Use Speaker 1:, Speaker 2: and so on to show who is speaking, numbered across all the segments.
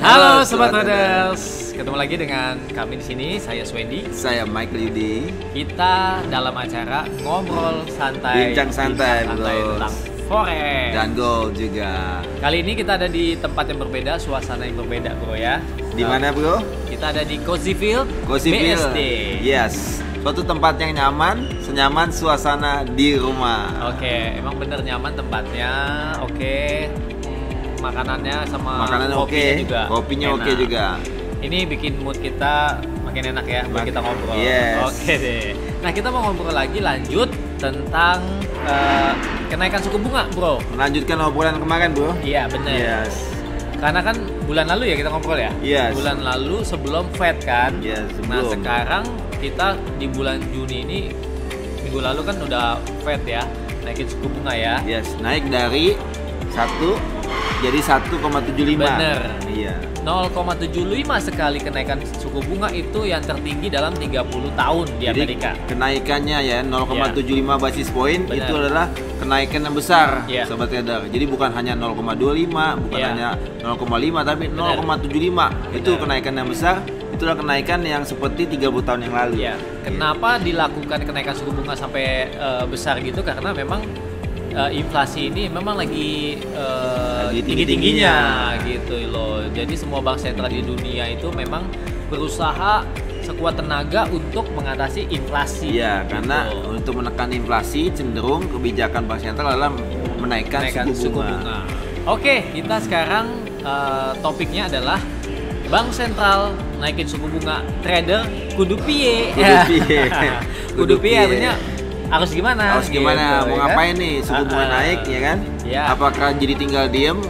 Speaker 1: Halo Sobat Models, ketemu lagi dengan kami di sini. Saya Swendi.
Speaker 2: Saya Michael Yudi.
Speaker 1: Kita dalam acara ngobrol santai,
Speaker 2: Bincang santai,
Speaker 1: bincang santai
Speaker 2: bros.
Speaker 1: tentang forex.
Speaker 2: Dan Gold juga.
Speaker 1: Kali ini kita ada di tempat yang berbeda, suasana yang berbeda, bro ya. Eh,
Speaker 2: Di mana bro?
Speaker 1: Kita ada di Cozy Field,
Speaker 2: Cozy Feel.
Speaker 1: BSD.
Speaker 2: Iya. Yes. Suatu tempat yang nyaman, senyaman suasana di rumah.
Speaker 1: Oke, emang bener nyaman tempatnya. Oke, Hmm, makanannya sama
Speaker 2: Makanannya oke,
Speaker 1: kopinya juga.
Speaker 2: kopinya oke
Speaker 1: enak.
Speaker 2: juga.
Speaker 1: Ini bikin mood kita makin enak ya buat
Speaker 2: Makin-
Speaker 1: kita ngobrol.
Speaker 2: yes.
Speaker 1: Oke deh. Nah kita mau ngobrol lagi lanjut tentang eh, kenaikan suku bunga, bro.
Speaker 2: Melanjutkan obrolan kemarin bro.
Speaker 1: Iya bener.
Speaker 2: Yes.
Speaker 1: Karena kan bulan lalu ya kita ngobrol ya.
Speaker 2: Yes.
Speaker 1: Bulan lalu sebelum Fed kan.
Speaker 2: Yes,
Speaker 1: Nah
Speaker 2: sebelum.
Speaker 1: sekarang kita di bulan Juni ini minggu lalu kan udah Fed ya naikin suku bunga ya.
Speaker 2: Yes. Naik dari satu jadi 1,75.
Speaker 1: Bener.
Speaker 2: Iya.
Speaker 1: 0,75 sekali kenaikan suku bunga itu yang tertinggi dalam 30 tahun di
Speaker 2: Jadi
Speaker 1: Amerika. Iya.
Speaker 2: kenaikannya ya 0,75 basis point
Speaker 1: Benar.
Speaker 2: itu adalah kenaikan yang besar
Speaker 1: Iya.
Speaker 2: sobat trader. Jadi bukan hanya 0,25, bukan
Speaker 1: Iya.
Speaker 2: hanya 0,5 tapi
Speaker 1: Benar.
Speaker 2: 0,75. Itu
Speaker 1: Benar.
Speaker 2: kenaikan yang besar. Itulah kenaikan yang seperti 30 tahun yang lalu.
Speaker 1: Ya, kenapa
Speaker 2: Iya.
Speaker 1: dilakukan kenaikan suku bunga sampai eh, besar gitu? Karena memang eh, inflasi ini memang lagi eh,
Speaker 2: Lagi
Speaker 1: tinggi-tingginya
Speaker 2: tinggi-tingginya.
Speaker 1: gitu loh. Jadi semua bank sentral di dunia itu memang berusaha sekuat tenaga untuk mengatasi inflasi.
Speaker 2: Iya, karena
Speaker 1: gitu.
Speaker 2: untuk menekan inflasi cenderung kebijakan bank sentral adalah menaikkan,
Speaker 1: kenaikan
Speaker 2: suku bunga.
Speaker 1: Oke, kita sekarang eh, topiknya adalah Bank sentral naikin suku bunga trader kudu piye.
Speaker 2: Kudu piye.
Speaker 1: kudu
Speaker 2: Kudu
Speaker 1: piye
Speaker 2: piye.
Speaker 1: artinya harus gimana?
Speaker 2: Harus gimana?
Speaker 1: gitu, ya
Speaker 2: Mau
Speaker 1: kan?
Speaker 2: ngapain nih? Suku bunga
Speaker 1: Ah, ah.
Speaker 2: naik ya kan?
Speaker 1: Iya.
Speaker 2: Apakah jadi tinggal diem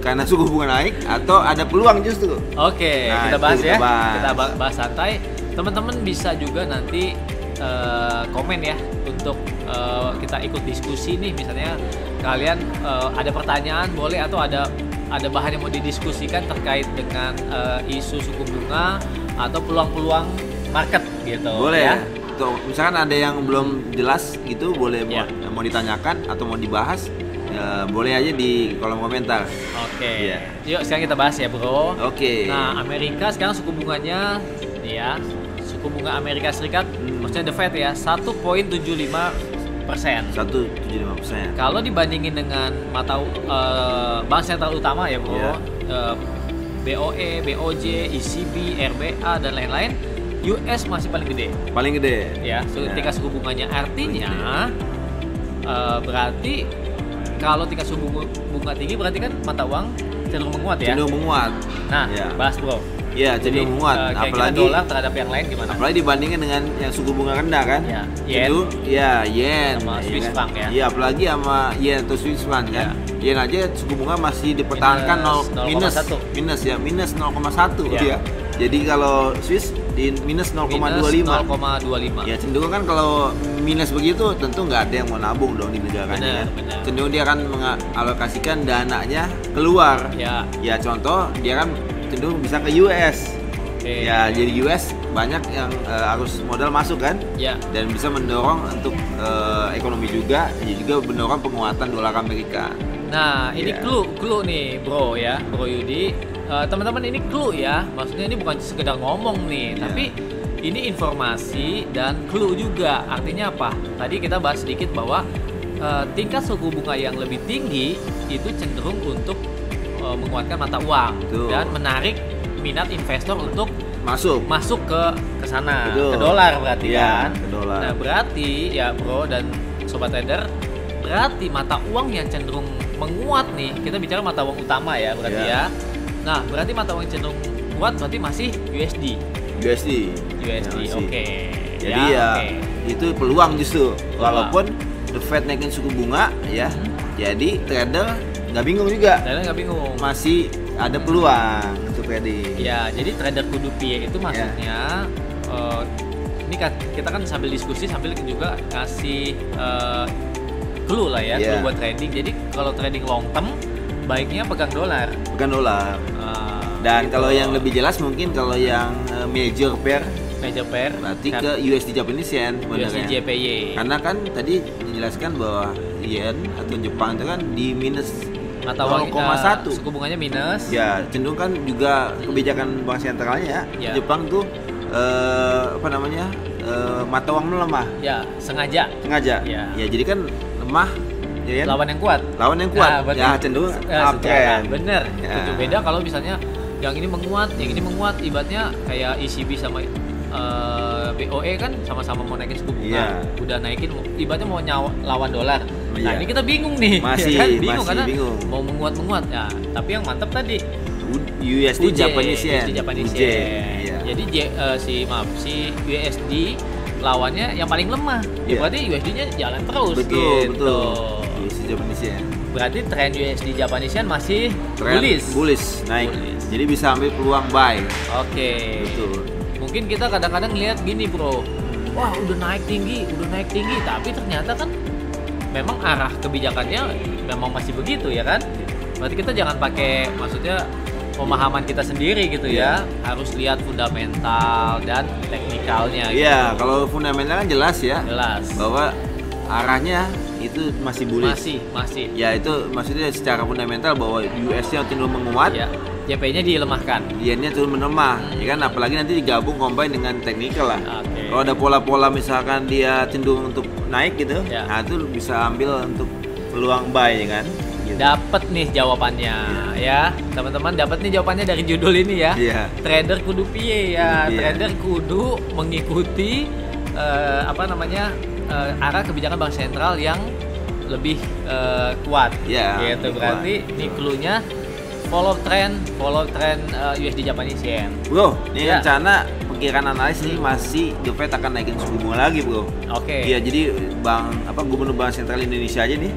Speaker 2: karena suku bunga naik atau ada peluang justru?
Speaker 1: Oke,
Speaker 2: Nah,
Speaker 1: kita
Speaker 2: itu
Speaker 1: bahas
Speaker 2: kita
Speaker 1: ya.
Speaker 2: bahas.
Speaker 1: Kita ba- bahas santai. Teman-teman bisa juga nanti eh, komen ya untuk eh, kita ikut diskusi nih. Misalnya kalian eh, ada pertanyaan boleh atau ada ada bahan yang mau didiskusikan terkait dengan eh, isu suku bunga atau peluang-peluang market gitu.
Speaker 2: boleh
Speaker 1: ya.
Speaker 2: Tuh, misalkan ada yang belum jelas gitu boleh mau-
Speaker 1: Ya.
Speaker 2: mau, ditanyakan atau mau dibahas ya, boleh aja di kolom komentar
Speaker 1: Oke.
Speaker 2: Iya.
Speaker 1: Yuk sekarang kita bahas ya, Bro.
Speaker 2: oke
Speaker 1: Nah, Amerika sekarang suku bunganya nih ya, suku bunga Amerika Serikat
Speaker 2: Hmm.
Speaker 1: maksudnya The Fed ya, 1.75 persen.
Speaker 2: 175%
Speaker 1: Kalau dibandingin dengan mata eh, bank sentral utama ya, Bro.
Speaker 2: Iya.
Speaker 1: eh, E, BOE, BOJ, ECB, RBA dan lain-lain, US masih paling gede
Speaker 2: paling gede
Speaker 1: ya so,
Speaker 2: Ya.
Speaker 1: tingkat suku bunganya artinya eh, berarti kalau tingkat suku bunga, bunga tinggi berarti kan mata uang cenderung menguat ya
Speaker 2: cenderung menguat
Speaker 1: nah
Speaker 2: ya,
Speaker 1: bahas bro
Speaker 2: Ya,
Speaker 1: jadi
Speaker 2: cenderung menguat
Speaker 1: eh, kira-kira
Speaker 2: apalagi
Speaker 1: dolar terhadap yang lain gimana
Speaker 2: apalagi dibandingkan dengan yang suku bunga rendah kan
Speaker 1: Ya, yen.
Speaker 2: itu ya yen
Speaker 1: Sama
Speaker 2: ya
Speaker 1: Swiss
Speaker 2: kan?
Speaker 1: franc ya.
Speaker 2: Iya, apalagi sama yen atau Swiss franc kan yen aja suku bunga masih dipertahankan
Speaker 1: Minus
Speaker 2: 0, minus
Speaker 1: 0,1.
Speaker 2: minus ya minus 0,1
Speaker 1: Ya.
Speaker 2: dia jadi kalau Swiss di minus 0,25
Speaker 1: Minus 0,25
Speaker 2: Ya cenderung kan kalau minus begitu tentu nggak ada yang mau nabung dong di negara
Speaker 1: Benar,
Speaker 2: kan.
Speaker 1: benar.
Speaker 2: Cenderung dia akan mengalokasikan dananya keluar.
Speaker 1: ya
Speaker 2: Ya contoh dia kan cenderung bisa ke US.
Speaker 1: oke
Speaker 2: Ya jadi US banyak yang eh, arus modal masuk kan
Speaker 1: ya
Speaker 2: dan bisa mendorong untuk eh, ekonomi juga, ya juga mendorong penguatan dolar Amerika.
Speaker 1: Nah, ini
Speaker 2: Iya.
Speaker 1: clue, clue nih, Bro ya, Bro Yudi. Eh, Teman-teman ini clue ya. Maksudnya ini bukan sekedar ngomong nih,
Speaker 2: Iya.
Speaker 1: tapi ini informasi dan clue juga. Artinya apa? Tadi kita bahas sedikit bahwa eh, tingkat suku bunga yang lebih tinggi itu cenderung untuk eh, menguatkan mata uang
Speaker 2: Betul.
Speaker 1: dan menarik minat investor untuk
Speaker 2: Masuk.
Speaker 1: masuk ke ke sana
Speaker 2: Betul.
Speaker 1: ke dolar berarti
Speaker 2: Iya,
Speaker 1: kan
Speaker 2: ke dolar.
Speaker 1: nah berarti ya bro dan sobat trader berarti mata uang yang cenderung menguat nih kita bicara mata uang utama ya berarti
Speaker 2: Iya.
Speaker 1: ya nah berarti mata uang yang cenderung kuat berarti masih USD
Speaker 2: USD.
Speaker 1: USD
Speaker 2: Ya,
Speaker 1: oke
Speaker 2: masih. Jadi ya,
Speaker 1: oke.
Speaker 2: itu peluang justru. Walaupun The Fed naikin suku bunga ya, jadi trader nggak bingung juga.
Speaker 1: trader nggak bingung
Speaker 2: Masih ada peluang untuk trading.
Speaker 1: Ya, jadi trader kudu piye
Speaker 2: Ya.
Speaker 1: itu maksudnya eh, ini kan- kita kan sambil diskusi sambil juga ngasih eh, clue lah ya, clue
Speaker 2: Iya.
Speaker 1: buat trading. Jadi kalau trading long term baiknya pegang dolar.
Speaker 2: Bukan dolar.
Speaker 1: Eh,
Speaker 2: Dan
Speaker 1: gitu.
Speaker 2: kalau yang lebih jelas mungkin kalau yang eh, major pair
Speaker 1: major pair
Speaker 2: berarti
Speaker 1: kan,
Speaker 2: ke Kan USD Japanese ya, yen
Speaker 1: USD
Speaker 2: sebenarnya.
Speaker 1: JPY.
Speaker 2: Karena kan tadi dijelaskan bahwa yen atau Jepang itu kan di minus
Speaker 1: mata uang kita
Speaker 2: 0,1.
Speaker 1: eh, suku bunganya minus.
Speaker 2: Ya, cenderung kan juga kebijakan bank sentralnya
Speaker 1: Ya.
Speaker 2: ya. Jepang tuh eh, apa namanya? eh, mata uang melemah
Speaker 1: Ya, sengaja
Speaker 2: sengaja.
Speaker 1: Ya.
Speaker 2: Ya, jadi kan lemah ya kan?
Speaker 1: lawan yang kuat.
Speaker 2: Lawan yang kuat.
Speaker 1: Nah, berarti-
Speaker 2: ya, cenderung
Speaker 1: eh, secara
Speaker 2: uptrend.
Speaker 1: Bener.
Speaker 2: Ya.
Speaker 1: Itu beda kalau misalnya yang ini menguat, yang ini menguat, ibaratnya kayak ECB sama eh, BOE kan sama-sama mau naikin suku bunga,
Speaker 2: Iya.
Speaker 1: udah naikin, mau- ibaratnya mau nyawa, lawan dolar. Nah
Speaker 2: Iya.
Speaker 1: ini kita bingung nih, ya
Speaker 2: Masih-
Speaker 1: kan? bingung
Speaker 2: masih
Speaker 1: karena
Speaker 2: bingung.
Speaker 1: mau menguat menguat ya. Tapi yang mantap tadi
Speaker 2: U- USD
Speaker 1: UJ,
Speaker 2: Japanese yen.
Speaker 1: USD Japanese
Speaker 2: UJ,
Speaker 1: yen.
Speaker 2: iya.
Speaker 1: Jadi J- eh, si maaf si USD lawannya yang paling lemah. Ya,
Speaker 2: Iya.
Speaker 1: berarti USD-nya jalan terus.
Speaker 2: betul,
Speaker 1: gitu.
Speaker 2: betul. USD Japanese yen.
Speaker 1: Berarti tren USD Japanese yen masih
Speaker 2: Tren
Speaker 1: bullish.
Speaker 2: bullish, naik.
Speaker 1: Bullish.
Speaker 2: Jadi bisa ambil peluang buy.
Speaker 1: Oke.
Speaker 2: Betul.
Speaker 1: Mungkin kita kadang-kadang lihat gini, Bro. Wah, udah naik tinggi, udah naik tinggi, tapi ternyata kan memang arah kebijakannya memang masih begitu ya kan? Berarti kita jangan pakai maksudnya pemahaman kita sendiri gitu ya.
Speaker 2: Iya.
Speaker 1: Harus lihat fundamental dan teknikalnya gitu.
Speaker 2: Iya, kalau fundamental kan jelas ya
Speaker 1: Jelas.
Speaker 2: bahwa arahnya itu masih bullish.
Speaker 1: Masih, masih.
Speaker 2: Ya itu maksudnya secara fundamental bahwa USD yang cenderung menguat,
Speaker 1: Ya. JP-nya dilemahkan.
Speaker 2: yennya turun melemah, ya kan? Apalagi nanti digabung combine dengan teknikal lah.
Speaker 1: Oke.
Speaker 2: Kalau ada pola-pola misalkan dia cenderung untuk naik gitu,
Speaker 1: Ya.
Speaker 2: nah itu bisa ambil untuk peluang buy ya kan? Gitu.
Speaker 1: Dapat nih jawabannya ya. Teman-teman dapat nih jawabannya dari judul ini ya.
Speaker 2: Iya.
Speaker 1: trader kudu piye ya
Speaker 2: Kudu piye.
Speaker 1: trader kudu mengikuti eh, apa namanya eh, arah kebijakan bank sentral yang lebih eh, kuat
Speaker 2: Ya,
Speaker 1: gitu
Speaker 2: lebih
Speaker 1: berarti
Speaker 2: kuat.
Speaker 1: ini clue-nya follow trend follow trend eh, USD Japanese yen
Speaker 2: Bro, ini
Speaker 1: Iya. Hmm.
Speaker 2: rencana perkiraan analis nih masih The Fed akan naikin suku bunga lagi, Bro.
Speaker 1: oke
Speaker 2: Iya, jadi Bang apa Gubernur Bank Sentral Indonesia aja nih,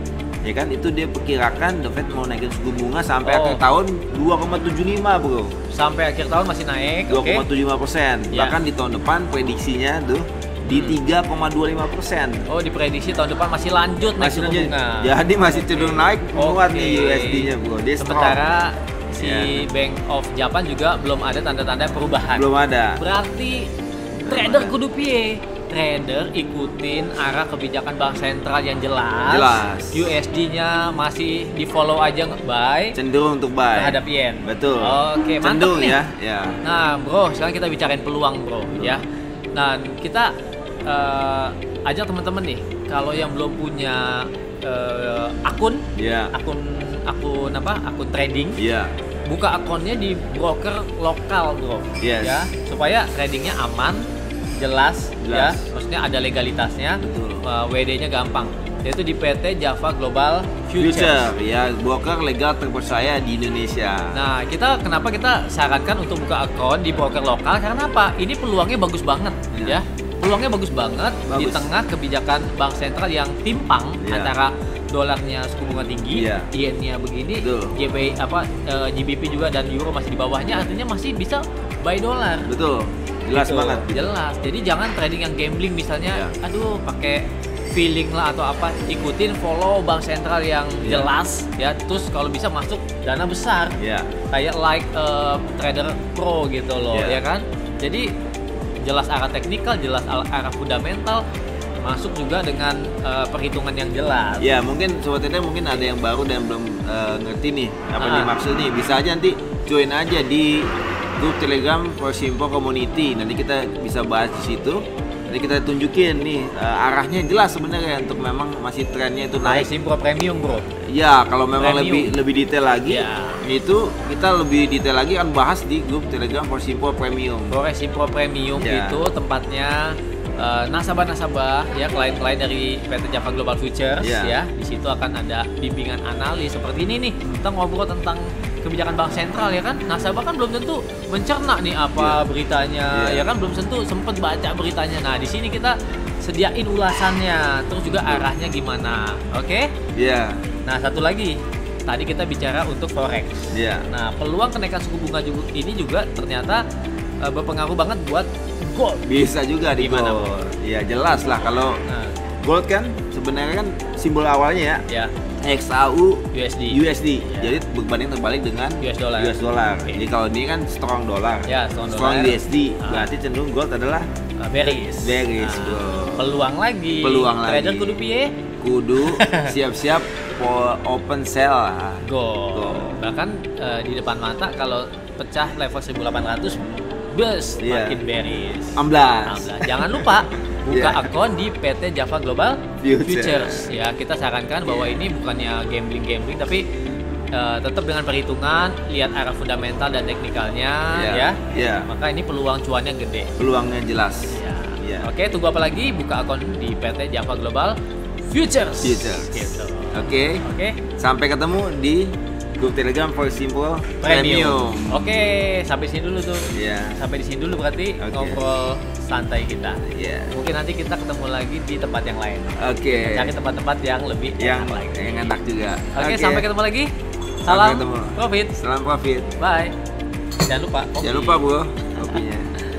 Speaker 2: ya kan itu dia perkirakan The Fed mau naikin suku bunga sampai
Speaker 1: Oh.
Speaker 2: akhir tahun 2,75, Bro.
Speaker 1: sampai akhir tahun masih naik oke
Speaker 2: 2,75 persen.
Speaker 1: Ya.
Speaker 2: Bahkan di tahun depan prediksinya tuh di
Speaker 1: Hmm.
Speaker 2: 3,25 persen.
Speaker 1: oh diprediksi tahun depan masih lanjut naik
Speaker 2: Masih
Speaker 1: suku
Speaker 2: lanjut.
Speaker 1: bunga.
Speaker 2: Jadi masih cenderung naik menguat
Speaker 1: Oke.
Speaker 2: nih USD-nya, Bro. Dia strong.
Speaker 1: sementara si
Speaker 2: Ya.
Speaker 1: Bank of Japan juga belum ada tanda-tanda perubahan
Speaker 2: belum ada.
Speaker 1: Berarti trader kudu piye? Trader ikutin arah kebijakan bank sentral yang jelas.
Speaker 2: Jelas.
Speaker 1: USD-nya masih di follow aja nge- buy
Speaker 2: Cenderung untuk buy.
Speaker 1: terhadap yen.
Speaker 2: Betul.
Speaker 1: Oke, mantap
Speaker 2: Cenderung
Speaker 1: nih.
Speaker 2: ya. Ya.
Speaker 1: Nah, bro, sekarang kita bicarain peluang, bro, ya. Nah, kita eh, ajak teman-teman nih, kalau yang belum punya eh, akun,
Speaker 2: Ya.
Speaker 1: akun akun apa? Akun trading
Speaker 2: Ya.
Speaker 1: buka akunnya di broker lokal bro
Speaker 2: Yes.
Speaker 1: ya supaya tradingnya aman jelas, ya
Speaker 2: Jelas.
Speaker 1: maksudnya ada legalitasnya
Speaker 2: Betul.
Speaker 1: uh, WD-nya gampang yaitu di PT Java Global Futures
Speaker 2: Future, ya broker legal terpercaya di Indonesia.
Speaker 1: nah kita kenapa kita sarankan untuk buka akun di broker lokal karena apa ini peluangnya bagus banget ya
Speaker 2: Iya.
Speaker 1: peluangnya bagus banget di
Speaker 2: Bagus.
Speaker 1: tengah kebijakan bank sentral yang timpang
Speaker 2: Iya.
Speaker 1: antara dolarnya suku bunga tinggi,
Speaker 2: Iya.
Speaker 1: yennya begini,
Speaker 2: Betul.
Speaker 1: JP apa eh, GBP juga dan euro masih di bawahnya artinya masih bisa buy dolar.
Speaker 2: Betul. Jelas
Speaker 1: Gitu.
Speaker 2: banget. gitu.
Speaker 1: Jelas. Jadi jangan trading yang gambling misalnya
Speaker 2: Iya.
Speaker 1: aduh pakai feeling lah atau apa ikutin follow bank sentral yang
Speaker 2: Iya.
Speaker 1: jelas ya terus kalau bisa masuk dana besar
Speaker 2: Ya.
Speaker 1: kayak like eh, trader pro gitu loh
Speaker 2: Iya.
Speaker 1: ya kan jadi jelas arah teknikal jelas al- arah fundamental masuk juga dengan eh, perhitungan yang jelas
Speaker 2: Ya mungkin sobat Tete mungkin ada yang baru dan belum eh, ngerti nih apa yang
Speaker 1: Ah.
Speaker 2: dimaksud nih. Bisa aja nanti join aja di grup Telegram Persimpo Community. Nanti kita bisa bahas di situ. Nanti kita tunjukin nih eh, arahnya jelas sebenarnya untuk memang masih trennya itu
Speaker 1: Ada
Speaker 2: naik.
Speaker 1: Simpro premium bro
Speaker 2: Ya kalau memang
Speaker 1: Premium.
Speaker 2: lebih lebih detail lagi
Speaker 1: Ya.
Speaker 2: itu kita lebih detail lagi akan bahas di grup Telegram Persimpo Premium.
Speaker 1: Forex Simpro Premium
Speaker 2: Ya.
Speaker 1: itu tempatnya eh, nasabah-nasabah ya klien-klien dari PT Java Global Futures
Speaker 2: Ya.
Speaker 1: ya di situ akan ada bimbingan analis seperti ini nih
Speaker 2: Hmm.
Speaker 1: kita ngobrol tentang kebijakan bank sentral ya kan nasabah kan belum tentu mencerna nih apa beritanya
Speaker 2: Ya.
Speaker 1: ya kan belum tentu sempet baca beritanya nah di sini kita sediain ulasannya terus juga arahnya gimana oke
Speaker 2: Ya,
Speaker 1: nah satu lagi tadi kita bicara untuk forex
Speaker 2: ya.
Speaker 1: Nah, peluang kenaikan suku bunga juga- ini juga ternyata eh, berpengaruh banget buat gold.
Speaker 2: Bisa juga di
Speaker 1: Gimana,
Speaker 2: gold. Ya jelas lah kalau
Speaker 1: Nah,
Speaker 2: gold kan sebenarnya kan simbol awalnya
Speaker 1: ya
Speaker 2: ya XAU
Speaker 1: USD.
Speaker 2: USD.
Speaker 1: Ya.
Speaker 2: Jadi berbanding terbalik dengan
Speaker 1: US dollar. Oke.
Speaker 2: Oke. Jadi kalau ini kan strong dollar.
Speaker 1: Ya, strong dollar.
Speaker 2: USD.
Speaker 1: Ah.
Speaker 2: Berarti cenderung gold adalah
Speaker 1: Eh, bearish.
Speaker 2: Bearish,
Speaker 1: Nah,
Speaker 2: bro.
Speaker 1: Peluang lagi.
Speaker 2: Peluang lagi.
Speaker 1: Trader kudu piye?
Speaker 2: kudu siap-siap po- open sale lah.
Speaker 1: Gol.
Speaker 2: Gol.
Speaker 1: Bahkan eh, di depan mata kalau pecah level 1800 bus
Speaker 2: Iya.
Speaker 1: makin beres.
Speaker 2: 16.
Speaker 1: Alhamdulillah. Jangan lupa buka
Speaker 2: Iya.
Speaker 1: akun di PT Java Global
Speaker 2: Futures. Iya.
Speaker 1: Futures. Ya, kita sarankan bahwa ini bukannya gambling-gambling tapi eh, tetap dengan perhitungan, lihat arah fundamental dan teknikalnya
Speaker 2: Iya.
Speaker 1: ya.
Speaker 2: Iya.
Speaker 1: Maka ini peluang cuannya gede.
Speaker 2: Peluangnya jelas.
Speaker 1: Ya.
Speaker 2: Iya.
Speaker 1: Oke, tunggu apa lagi? Buka akun di PT Java Global Futures.
Speaker 2: Futures.
Speaker 1: Gitu.
Speaker 2: Iya, Oke.
Speaker 1: Oke.
Speaker 2: Sampai ketemu di grup Telegram for Simple Premium.
Speaker 1: Oke, sampai sini dulu tuh.
Speaker 2: Iya.
Speaker 1: Sampai di sini dulu berarti
Speaker 2: Oke.
Speaker 1: ngobrol santai kita.
Speaker 2: Iya.
Speaker 1: Mungkin nanti kita ketemu lagi di tempat yang lain.
Speaker 2: Oke.
Speaker 1: Cari tempat-tempat yang lebih enak
Speaker 2: Yang
Speaker 1: lagi.
Speaker 2: yang enak juga.
Speaker 1: Oke, sampai ketemu lagi. Salam
Speaker 2: Sampai ketemu.
Speaker 1: profit.
Speaker 2: Salam profit.
Speaker 1: Bye. Jangan lupa. kopi.
Speaker 2: Jangan lupa, Bu. Kopinya.